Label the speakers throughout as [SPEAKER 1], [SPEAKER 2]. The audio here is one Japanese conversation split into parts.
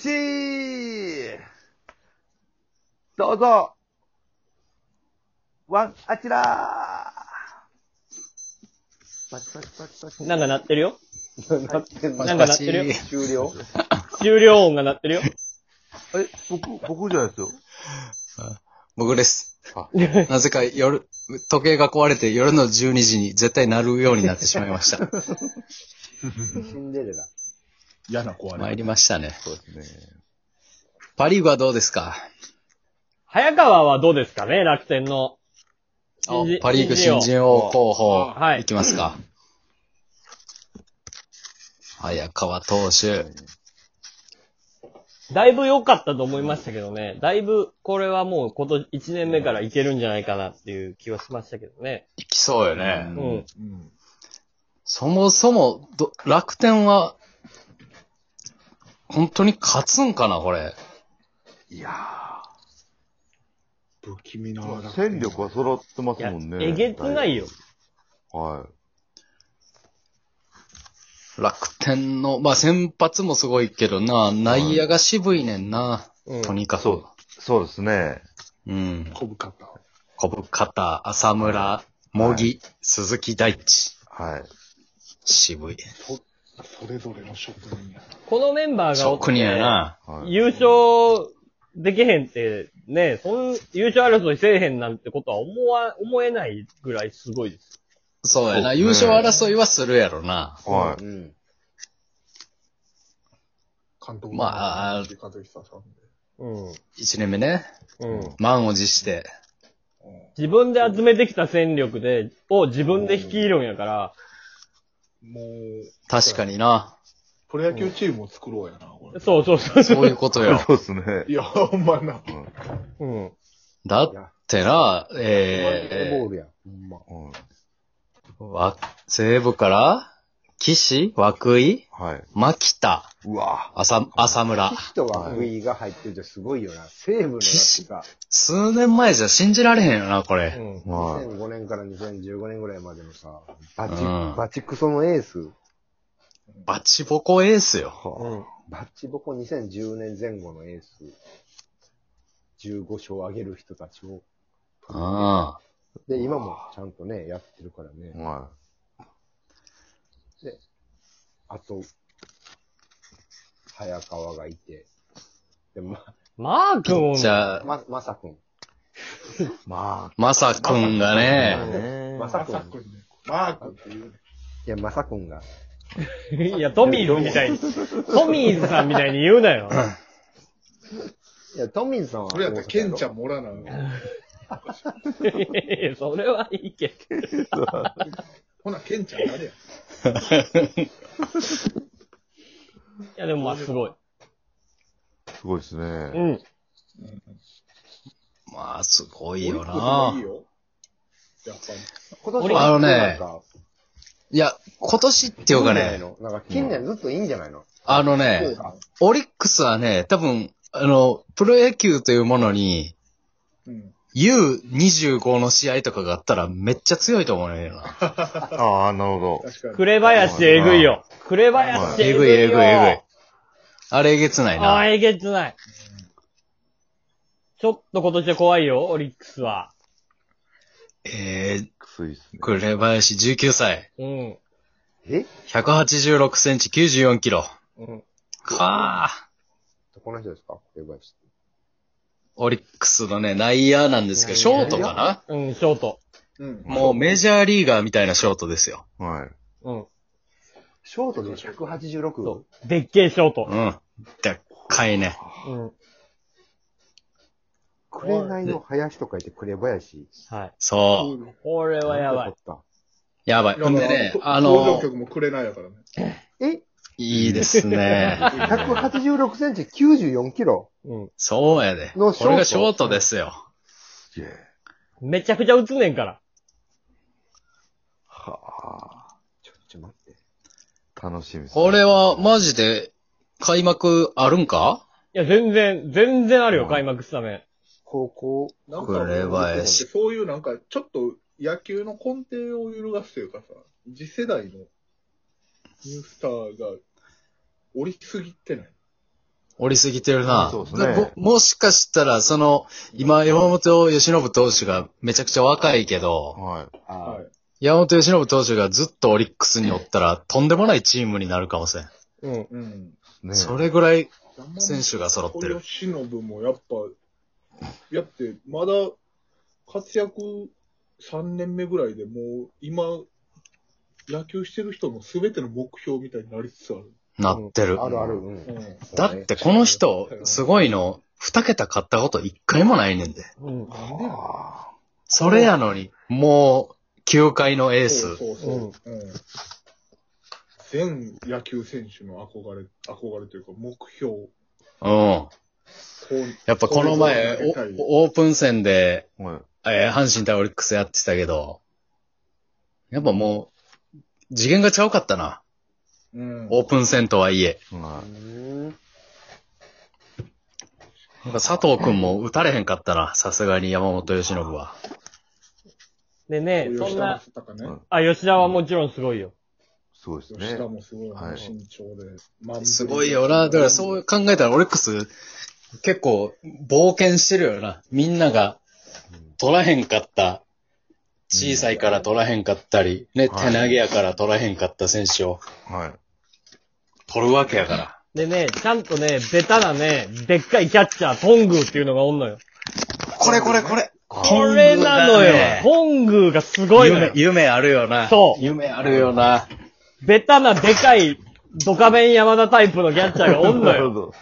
[SPEAKER 1] 4MC! どうぞワンアキラーパチパチパチパチ。
[SPEAKER 2] なんか鳴ってるよ
[SPEAKER 1] なってんの
[SPEAKER 2] なんか鳴ってるよ
[SPEAKER 1] 終了
[SPEAKER 2] 終了音が鳴ってるよ
[SPEAKER 1] え、僕、僕じゃないですよ。
[SPEAKER 3] 僕です。 なぜか夜、時計が壊れて夜の12時に絶対鳴るようになってしまい ました。
[SPEAKER 1] シンデレラ。
[SPEAKER 4] 嫌な壊
[SPEAKER 3] 参
[SPEAKER 4] れ。
[SPEAKER 3] りましたね。
[SPEAKER 4] そうですね。
[SPEAKER 3] パリーグはどうですか
[SPEAKER 2] 早川はどうですかね楽天の。
[SPEAKER 3] あ
[SPEAKER 2] 新人
[SPEAKER 3] パリーグ新人王候補、
[SPEAKER 2] はい
[SPEAKER 3] いきますか。早川投手。
[SPEAKER 2] だいぶ良かったと思いましたけどね。だいぶ、これはもう今年1年目からいけるんじゃないかなっていう気はしましたけどね。
[SPEAKER 3] いきそうよね。
[SPEAKER 2] う。
[SPEAKER 4] うんうん。
[SPEAKER 3] そもそもど、楽天は、本当に勝つんかな、これ。
[SPEAKER 1] いや
[SPEAKER 4] 不気味な
[SPEAKER 5] まあ戦力は揃ってます
[SPEAKER 2] いや
[SPEAKER 5] もんね。
[SPEAKER 2] えげつないよ。
[SPEAKER 5] は
[SPEAKER 3] 楽天の、まあ、先発もすごいけどな、内野が渋いねんな、
[SPEAKER 2] うん
[SPEAKER 3] とにかく。
[SPEAKER 5] そうい。そうですね。
[SPEAKER 3] うん。
[SPEAKER 4] こぶかった。
[SPEAKER 3] 小深田、浅村、茂木、鈴木大地。
[SPEAKER 5] はい。
[SPEAKER 3] 渋い。
[SPEAKER 4] それぞれの職人や。
[SPEAKER 2] このメンバーがおって
[SPEAKER 3] 職人やな。
[SPEAKER 5] はい、
[SPEAKER 2] 優勝できへんって、ね、そん、優勝争いせえへんなんてことは思わ、思えないぐらいすごいです。
[SPEAKER 3] そうや
[SPEAKER 5] そう
[SPEAKER 3] な。
[SPEAKER 5] ね
[SPEAKER 3] 優勝争いはするやろな。
[SPEAKER 5] は
[SPEAKER 1] ー。
[SPEAKER 5] い。
[SPEAKER 1] うん。
[SPEAKER 4] 監督
[SPEAKER 3] まあ
[SPEAKER 4] 和久さんで。
[SPEAKER 2] うん。
[SPEAKER 3] 一年目ね。
[SPEAKER 2] うん。
[SPEAKER 3] 満を持して。
[SPEAKER 2] 自分で集めてきた戦力で、を自分で率いるんやから、
[SPEAKER 4] もう、
[SPEAKER 3] 確かにな。
[SPEAKER 4] プロ野球チームを作ろうやな、これ。
[SPEAKER 2] そうそうそう。
[SPEAKER 3] そういうこと よ。
[SPEAKER 5] そうですね。
[SPEAKER 4] いや、ほんまな。
[SPEAKER 2] うん。
[SPEAKER 3] だってな、え
[SPEAKER 1] ボールやん。ほんま。
[SPEAKER 5] うん
[SPEAKER 3] ー、わ、西部から、岸、涌井、
[SPEAKER 5] はい。
[SPEAKER 3] 牧田、
[SPEAKER 5] うわ
[SPEAKER 3] 浅、浅村。
[SPEAKER 1] 岸と涌井が入ってるってすごいよな。西武のやつが、
[SPEAKER 3] 数年前じゃ信じられへんよな、こ
[SPEAKER 2] う
[SPEAKER 3] れ。
[SPEAKER 2] ん。
[SPEAKER 5] はい。
[SPEAKER 1] 2005年から2015年ぐらいまでのさ、バチ、
[SPEAKER 3] うん
[SPEAKER 1] バチクソのエース。
[SPEAKER 3] バチボコエースよ。
[SPEAKER 2] うん。
[SPEAKER 1] バッチボコ2010年前後のエース、15勝上げる人たちを、
[SPEAKER 3] うん。
[SPEAKER 1] で、今もちゃんとね、やってるからね。
[SPEAKER 5] は
[SPEAKER 1] あと、早川がいて、で、ま、
[SPEAKER 2] マー君を、
[SPEAKER 3] じゃあ、
[SPEAKER 1] ま、まさくん。
[SPEAKER 5] い。ま
[SPEAKER 3] まさくんが
[SPEAKER 5] あ、
[SPEAKER 3] ね、
[SPEAKER 5] ね
[SPEAKER 1] ま
[SPEAKER 4] マ
[SPEAKER 1] さくん。
[SPEAKER 4] サ
[SPEAKER 1] い
[SPEAKER 4] 君ね。マー君っていう。
[SPEAKER 1] や、まさくんが。
[SPEAKER 2] いや、トミーズみたいに、 トミーズさんみたいに言うなよ。
[SPEAKER 1] いや、トミーさんは。
[SPEAKER 4] それやったら、ケンちゃん
[SPEAKER 1] ん。
[SPEAKER 4] もおらなの。
[SPEAKER 2] いやいやそれはいいけ
[SPEAKER 4] ほな、ケンちゃん誰や。
[SPEAKER 2] ど。いや、でもまあ、すごい。
[SPEAKER 5] すごいです
[SPEAKER 2] う
[SPEAKER 5] ね。
[SPEAKER 2] ん。
[SPEAKER 3] まあ、すごいよ
[SPEAKER 4] オ
[SPEAKER 3] な
[SPEAKER 4] リックスもいい。よ。やっぱり。
[SPEAKER 1] 今年
[SPEAKER 3] あのね
[SPEAKER 1] なんか
[SPEAKER 3] いや、今年っていうか
[SPEAKER 1] いいんじゃない
[SPEAKER 3] ね、
[SPEAKER 1] のなんか近年ずっといいんじゃないの、
[SPEAKER 3] あの
[SPEAKER 4] そう
[SPEAKER 3] ね、
[SPEAKER 4] だ。
[SPEAKER 3] オリックスはね、多分、あの、プロ野球というものに、
[SPEAKER 4] うん。
[SPEAKER 3] U25 の試合とかがあったらめっちゃ強いと思うよな。
[SPEAKER 5] ああ、なるほ
[SPEAKER 4] 確かに。
[SPEAKER 2] 紅林えぐいよ。紅林
[SPEAKER 3] え
[SPEAKER 2] え
[SPEAKER 3] ぐ
[SPEAKER 2] ぐ
[SPEAKER 3] い
[SPEAKER 2] いよ。
[SPEAKER 3] えぐいえぐい。あれえげつない
[SPEAKER 2] ああ、
[SPEAKER 3] な。
[SPEAKER 2] えげつない。ちょっと今年は怖いよ、オリックスは。
[SPEAKER 3] え
[SPEAKER 5] ど。くすいっすね
[SPEAKER 3] ー、。紅林19歳。
[SPEAKER 2] うん。
[SPEAKER 1] え
[SPEAKER 3] 186センチ94キロ。
[SPEAKER 2] うん。
[SPEAKER 3] かあ。
[SPEAKER 1] この人ですか紅林って
[SPEAKER 3] オリックスのね、内野なんですけど、ショートかな
[SPEAKER 2] うん、ショート。
[SPEAKER 4] うん。
[SPEAKER 3] もうメジャーリーガーみたいなショートですよ。
[SPEAKER 5] はい。
[SPEAKER 2] うん。
[SPEAKER 1] ショートで186。
[SPEAKER 2] そう。でっけえショート
[SPEAKER 3] う。ん。でっかいね。
[SPEAKER 2] うん。
[SPEAKER 1] 紅の林と書いて紅林。
[SPEAKER 2] はい。
[SPEAKER 3] そう。
[SPEAKER 4] う。
[SPEAKER 2] これはやばい。
[SPEAKER 1] なんてこ
[SPEAKER 3] やばい。ほんでね、あの
[SPEAKER 4] 登場、曲もくれないやからね。
[SPEAKER 1] ったえ
[SPEAKER 3] いいですね。
[SPEAKER 1] 186センチ94キロ。
[SPEAKER 2] うん。
[SPEAKER 3] そうやで。こ
[SPEAKER 1] のショート
[SPEAKER 3] れがショートですよ。
[SPEAKER 5] すげえ。
[SPEAKER 2] めちゃくちゃ打つねんから。
[SPEAKER 5] はあ。
[SPEAKER 1] ちょ、ちょ、待って。
[SPEAKER 5] 楽しみですね。
[SPEAKER 3] これはマジで開幕あるんか
[SPEAKER 2] いや、全然、全然ある
[SPEAKER 5] う
[SPEAKER 2] よ、
[SPEAKER 5] ん
[SPEAKER 2] 開幕スタメン。
[SPEAKER 1] 高校。
[SPEAKER 4] なんか、
[SPEAKER 3] 紅林
[SPEAKER 4] そういうなんか、ちょっと野球の根底を揺るがすというかさ、次世代のニュースターが降りすぎてない。
[SPEAKER 3] 折りすぎてるな。
[SPEAKER 5] そうですね
[SPEAKER 3] だももしかしたら、その、今、山本由伸投手がめちゃくちゃ若いけど、
[SPEAKER 5] はい。
[SPEAKER 1] あ
[SPEAKER 4] は
[SPEAKER 1] ー
[SPEAKER 4] い。
[SPEAKER 3] 山本由伸投手がずっとオリックスにおったら、とんでもないチームになるかもしれん。
[SPEAKER 2] うん。
[SPEAKER 4] うん。
[SPEAKER 5] ね
[SPEAKER 3] それぐらい、選
[SPEAKER 4] 選
[SPEAKER 3] 手が揃ってる
[SPEAKER 4] 吉信もやっぱ、やって、まだ活躍3年目ぐらいでもう今、野球してる人の全ての目標みたいになりつつある。
[SPEAKER 3] なってる。
[SPEAKER 1] あるある。う
[SPEAKER 4] う。
[SPEAKER 1] ん
[SPEAKER 4] ん。
[SPEAKER 3] だって、この人、すごいの、二桁買ったこと一回もないねんで。
[SPEAKER 2] うん。
[SPEAKER 4] なんでやろ
[SPEAKER 5] あ
[SPEAKER 3] それやのに、もう、球界のエー
[SPEAKER 4] そ
[SPEAKER 3] ス。
[SPEAKER 4] うそうそう。うん。全野球選手の憧れ、憧れというか目標。こ
[SPEAKER 3] うん。
[SPEAKER 4] う
[SPEAKER 3] やっぱこの前
[SPEAKER 4] そういうことになりたい、
[SPEAKER 3] おオープン戦で、
[SPEAKER 5] ーはい。
[SPEAKER 3] えー阪神対オリックスやってたけど、やっぱもう、次元がちゃうかったな。
[SPEAKER 4] うん。
[SPEAKER 3] オープン戦とはいえ。
[SPEAKER 5] は
[SPEAKER 1] うん
[SPEAKER 3] なんか佐藤くんも打たれへんかったな。さすがに山本由伸は。
[SPEAKER 2] でね、そんな、
[SPEAKER 4] 吉田正尚ね
[SPEAKER 5] うん
[SPEAKER 2] あ、吉田はもちろんすごいよ。
[SPEAKER 5] い。そうです
[SPEAKER 4] 吉
[SPEAKER 5] ね
[SPEAKER 4] 田。もすごいね、
[SPEAKER 5] はい
[SPEAKER 4] 身長で。まあ
[SPEAKER 3] すごいよな。だからそう考えたらオリックス、結構冒険してるよな。みんなが取らへんかった。小さいから取らへんかったり、ね、手
[SPEAKER 5] はい
[SPEAKER 3] 投げやから取らへんかった選手を
[SPEAKER 5] はい。
[SPEAKER 3] 取るわけやから。
[SPEAKER 2] でね、ちゃんとね、ベタなね、でっかいキャッチャー、トングーっていうのがおんのよ。
[SPEAKER 3] これこれこれ。
[SPEAKER 2] これなのよ。トングーがすごいのよ
[SPEAKER 3] 夢、。夢あるよな。
[SPEAKER 2] そう
[SPEAKER 3] 夢あるよな。
[SPEAKER 2] ベタなでかい、ドカベン山田タイプのキャッチャーがお んの
[SPEAKER 5] なるほ
[SPEAKER 2] よ。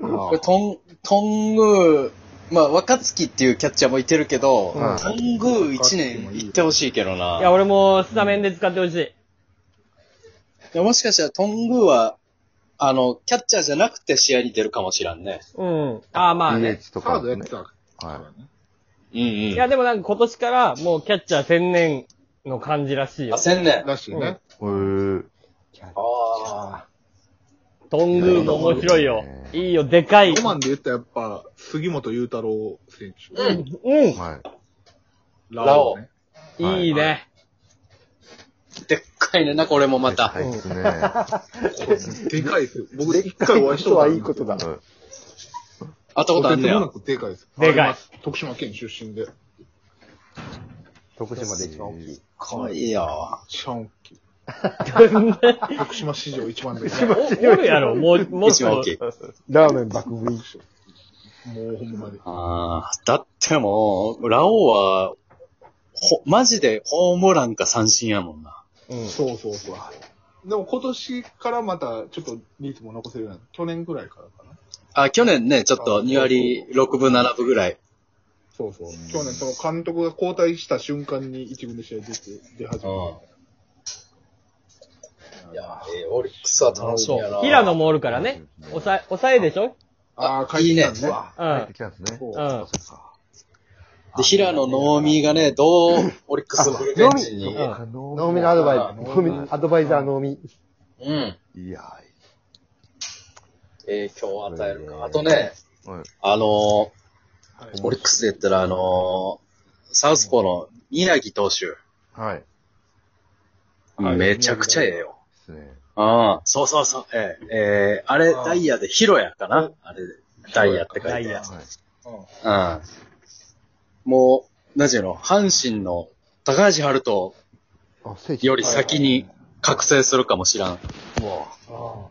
[SPEAKER 5] ど。
[SPEAKER 3] これトン、トングー、まあ、若月っていうキャッチャーもいてるけど、
[SPEAKER 5] うん
[SPEAKER 3] トングー1年行ってほしいけどな。
[SPEAKER 2] いや、俺もスタメンで使ってほしい。
[SPEAKER 3] いやもしかしたらトングーは、あの、キャッチャーじゃなくて試合に出るかもしらんね。
[SPEAKER 2] うん。ああ、まあね。
[SPEAKER 5] DH
[SPEAKER 4] サ
[SPEAKER 5] とか
[SPEAKER 4] ードや
[SPEAKER 5] で
[SPEAKER 4] っ
[SPEAKER 5] すね
[SPEAKER 4] て。たから
[SPEAKER 5] は
[SPEAKER 4] ね。
[SPEAKER 3] うんうん。
[SPEAKER 2] いや、でもなんか今年からもうキャッチャー専念の感じらしいよ
[SPEAKER 3] あ、。千年。あ
[SPEAKER 4] らしいね。
[SPEAKER 5] い。えー。
[SPEAKER 3] あ
[SPEAKER 2] トングーも面白いよ。いいよ、でかい。
[SPEAKER 4] ロマンで言ったらやっぱ、杉本裕太郎選手。
[SPEAKER 2] うん。
[SPEAKER 5] はい。
[SPEAKER 4] ラオウね。
[SPEAKER 5] はい
[SPEAKER 2] いいね。
[SPEAKER 3] ー。でっかいねんな、これもまた。
[SPEAKER 5] はいですね。は
[SPEAKER 4] でかいですよ。僕一回お会いしたことあるんですよ。
[SPEAKER 1] だ
[SPEAKER 5] い
[SPEAKER 3] あったことあ
[SPEAKER 4] と
[SPEAKER 3] ん
[SPEAKER 4] て
[SPEAKER 3] ね
[SPEAKER 4] つ
[SPEAKER 3] や
[SPEAKER 4] もな。くでかいです。
[SPEAKER 2] でかい。
[SPEAKER 4] 徳島県出身で。
[SPEAKER 1] 徳島で一番大きい。
[SPEAKER 3] かわいいよ。
[SPEAKER 4] シャンキ。徳島史上一番で かい。
[SPEAKER 2] おおるやろ、もう、もっ
[SPEAKER 3] 一番
[SPEAKER 2] と
[SPEAKER 3] 大き。い。
[SPEAKER 1] ラーメン爆食い。
[SPEAKER 4] もうほんまに。
[SPEAKER 3] ああ、だってもう、ラオウは、ほ、マジでホームランか三振やもんな。
[SPEAKER 2] うん
[SPEAKER 4] そうそうそう。でも今年からまたちょっとリーズも残せるようになる去年ぐらいからかな。
[SPEAKER 3] あ、去年ね、ちょっと2割6分7分ぐらい。
[SPEAKER 4] そうそう。去年その監督が交代した瞬間に一軍で試合出て、出始め
[SPEAKER 3] いや、えーオリックスは楽しみやな。
[SPEAKER 2] 平野もおるからね。抑え、抑えでしょ
[SPEAKER 4] た。ああ、帰ってき
[SPEAKER 5] う
[SPEAKER 4] たね。
[SPEAKER 5] わ、
[SPEAKER 2] うん
[SPEAKER 5] 入ってきたんですね。
[SPEAKER 4] そう
[SPEAKER 2] うん。
[SPEAKER 3] で、平野能見がね、どう、オリックスのブルペン陣に。
[SPEAKER 2] うん
[SPEAKER 1] 脳みのアドバイザー、
[SPEAKER 4] 脳み
[SPEAKER 1] 脳みアドバイザー脳み。
[SPEAKER 3] うん。
[SPEAKER 5] いや
[SPEAKER 3] 影響を与えるか。あとね、
[SPEAKER 5] ー、はい。
[SPEAKER 3] あのー
[SPEAKER 4] はい
[SPEAKER 3] オリックスで言ったら、あのーサウスポーの稲城投手。
[SPEAKER 5] はい。で
[SPEAKER 1] はい
[SPEAKER 3] めちゃくちゃええよ。
[SPEAKER 5] すね。
[SPEAKER 3] ああ、そうそうそう。ええええあれ、
[SPEAKER 4] ああ
[SPEAKER 3] ダイヤで、ヒロヤかなあれ、ダイヤって書
[SPEAKER 2] ダ
[SPEAKER 3] い
[SPEAKER 2] イ
[SPEAKER 3] て
[SPEAKER 2] ヤ。
[SPEAKER 5] はい。
[SPEAKER 4] うん
[SPEAKER 3] ああ。もう、なんていうの、阪神の高橋春人
[SPEAKER 5] あ、聖
[SPEAKER 3] より先に覚醒するかもしらん。
[SPEAKER 4] ああ。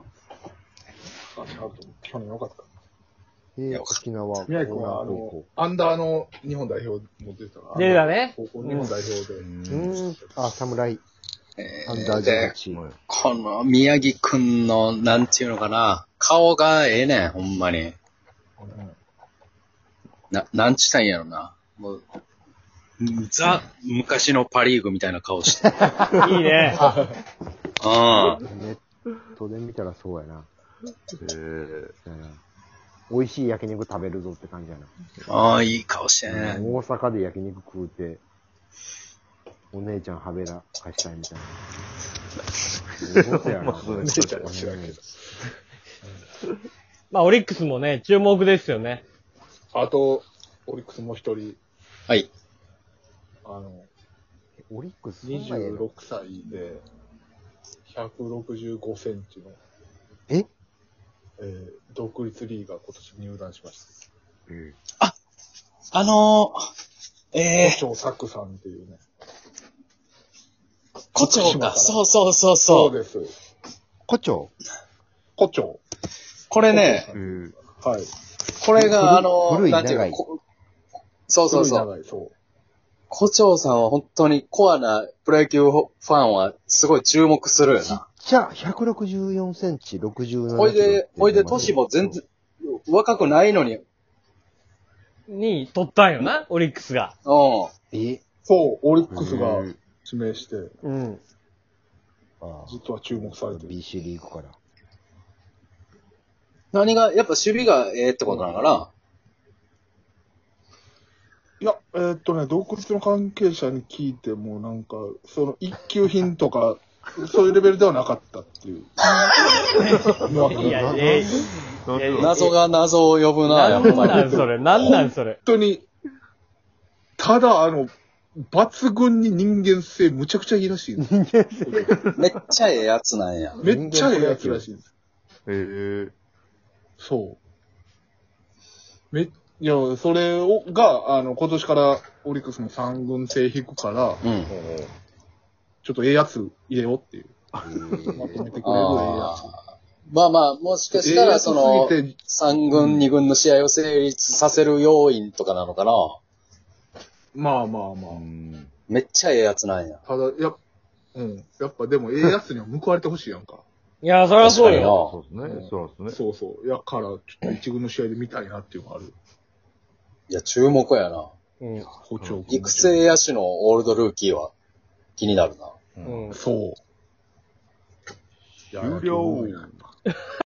[SPEAKER 4] 確かに、去年よかった。
[SPEAKER 5] えー沖縄。
[SPEAKER 4] 宮城君は、あの、アンダーの日本代表持ってたから。
[SPEAKER 2] 出てたね
[SPEAKER 4] 高校日本代表
[SPEAKER 5] う。
[SPEAKER 4] で。
[SPEAKER 1] うんん。あ、侍。
[SPEAKER 3] ええ
[SPEAKER 1] アンダージ
[SPEAKER 3] で
[SPEAKER 1] ャ、チ。
[SPEAKER 5] はい
[SPEAKER 3] この宮城くんの、なんていうのかな、顔がええねん、ほんまに。
[SPEAKER 4] うん
[SPEAKER 3] な、なんちたんやろな。もう、ザ、昔のパリーグみたいな顔して。
[SPEAKER 2] いいね。
[SPEAKER 3] うん。
[SPEAKER 1] ネットで見たらそうやな。
[SPEAKER 5] えー、
[SPEAKER 1] うん美味しい焼肉食べるぞって感じやな。
[SPEAKER 3] ああ、いい顔してね。
[SPEAKER 1] 大阪で焼肉食うて、お姉ちゃんはべらかしたいみたいな。嘘やな。
[SPEAKER 5] お姉
[SPEAKER 4] ちゃんは知らんけど
[SPEAKER 2] まあ、オリックスもね、注目ですよね。
[SPEAKER 4] あと、オリックスもう一人、
[SPEAKER 3] はい。
[SPEAKER 4] あの、
[SPEAKER 1] オリックスそんなええの
[SPEAKER 4] 26歳で、165センチの。
[SPEAKER 1] え
[SPEAKER 4] 国立リーガー今年入団しまし
[SPEAKER 5] う
[SPEAKER 4] た。
[SPEAKER 5] ん。
[SPEAKER 3] あのー、え
[SPEAKER 4] 長作さんっていうね。
[SPEAKER 3] ー、胡蝶
[SPEAKER 4] 島
[SPEAKER 3] か。
[SPEAKER 4] から
[SPEAKER 3] そうそうそうそ
[SPEAKER 4] そう
[SPEAKER 3] う。
[SPEAKER 4] です。
[SPEAKER 5] 胡蝶
[SPEAKER 4] 胡蝶。
[SPEAKER 3] これね、
[SPEAKER 5] うん。
[SPEAKER 4] はい。
[SPEAKER 3] これが、あの、
[SPEAKER 5] 古い
[SPEAKER 3] なんていう
[SPEAKER 5] 長い
[SPEAKER 3] の、こそうそうそう。
[SPEAKER 4] 古い長いそう。
[SPEAKER 3] 胡蝶さんは本当にコアなプロ野球ファンはすごい注目するよ
[SPEAKER 5] ちっ
[SPEAKER 3] な。
[SPEAKER 5] ちゃ、164センチ、67キロ。
[SPEAKER 3] ほいで、ほいで、年も全然、若くないのに、うん。
[SPEAKER 2] に取ったんよな、オリックスが。
[SPEAKER 5] え
[SPEAKER 4] そう、オリックスが
[SPEAKER 5] うん
[SPEAKER 4] 指名して、
[SPEAKER 2] うん。
[SPEAKER 5] あ
[SPEAKER 4] ずっとは注目されてる。
[SPEAKER 5] BC リーグから。
[SPEAKER 3] 何が、やっぱ守備がええってことなのかな、
[SPEAKER 4] いや、えーっとね、洞窟の関係者に聞いても、なんか、その一級品とか、そういうレベルではなかったっていう。
[SPEAKER 2] いや、ええいやいや
[SPEAKER 3] 謎が謎を呼ぶな、や
[SPEAKER 2] な
[SPEAKER 3] っ
[SPEAKER 2] ん
[SPEAKER 3] ぱ
[SPEAKER 2] な
[SPEAKER 3] り
[SPEAKER 2] ん。それ、なんなんそれ。
[SPEAKER 4] 本当に、ただ、あの、抜群に人間性むちゃくちゃいいらしいです。
[SPEAKER 3] めっちゃええやつなんや。
[SPEAKER 4] めっちゃええやつらしいです。
[SPEAKER 5] えー、
[SPEAKER 4] そう。め、いや、それを、が、あの、今年からオリックスも三軍制引くから、
[SPEAKER 3] うん。
[SPEAKER 4] ちょっとええやつ入れようっていう。まとめてくれるええや
[SPEAKER 3] あーまあまあ、もしかしたら、その
[SPEAKER 4] ええやつす
[SPEAKER 3] 3
[SPEAKER 4] ぎ、
[SPEAKER 3] 軍、2軍の試合を成立させる要因とかなのかな
[SPEAKER 4] つ。まあまあまあ。
[SPEAKER 5] うん。
[SPEAKER 3] めっちゃええやつなんや。
[SPEAKER 4] ただ、やっ、うん。やっぱでも、ええやつには報われてほしいやんか。
[SPEAKER 2] いや、そりゃそう
[SPEAKER 3] 確かに
[SPEAKER 2] よ。
[SPEAKER 3] な
[SPEAKER 5] そうですね。そうですね。
[SPEAKER 4] そうそう。やから、ちょっと一軍の試合で見たいなっていうのがある。
[SPEAKER 3] いや、注目やな。
[SPEAKER 2] うん。
[SPEAKER 4] 補聴君
[SPEAKER 3] 育成野手のオールドルーキーは気になるな。
[SPEAKER 2] うん。
[SPEAKER 4] そう。
[SPEAKER 5] 有料
[SPEAKER 4] いや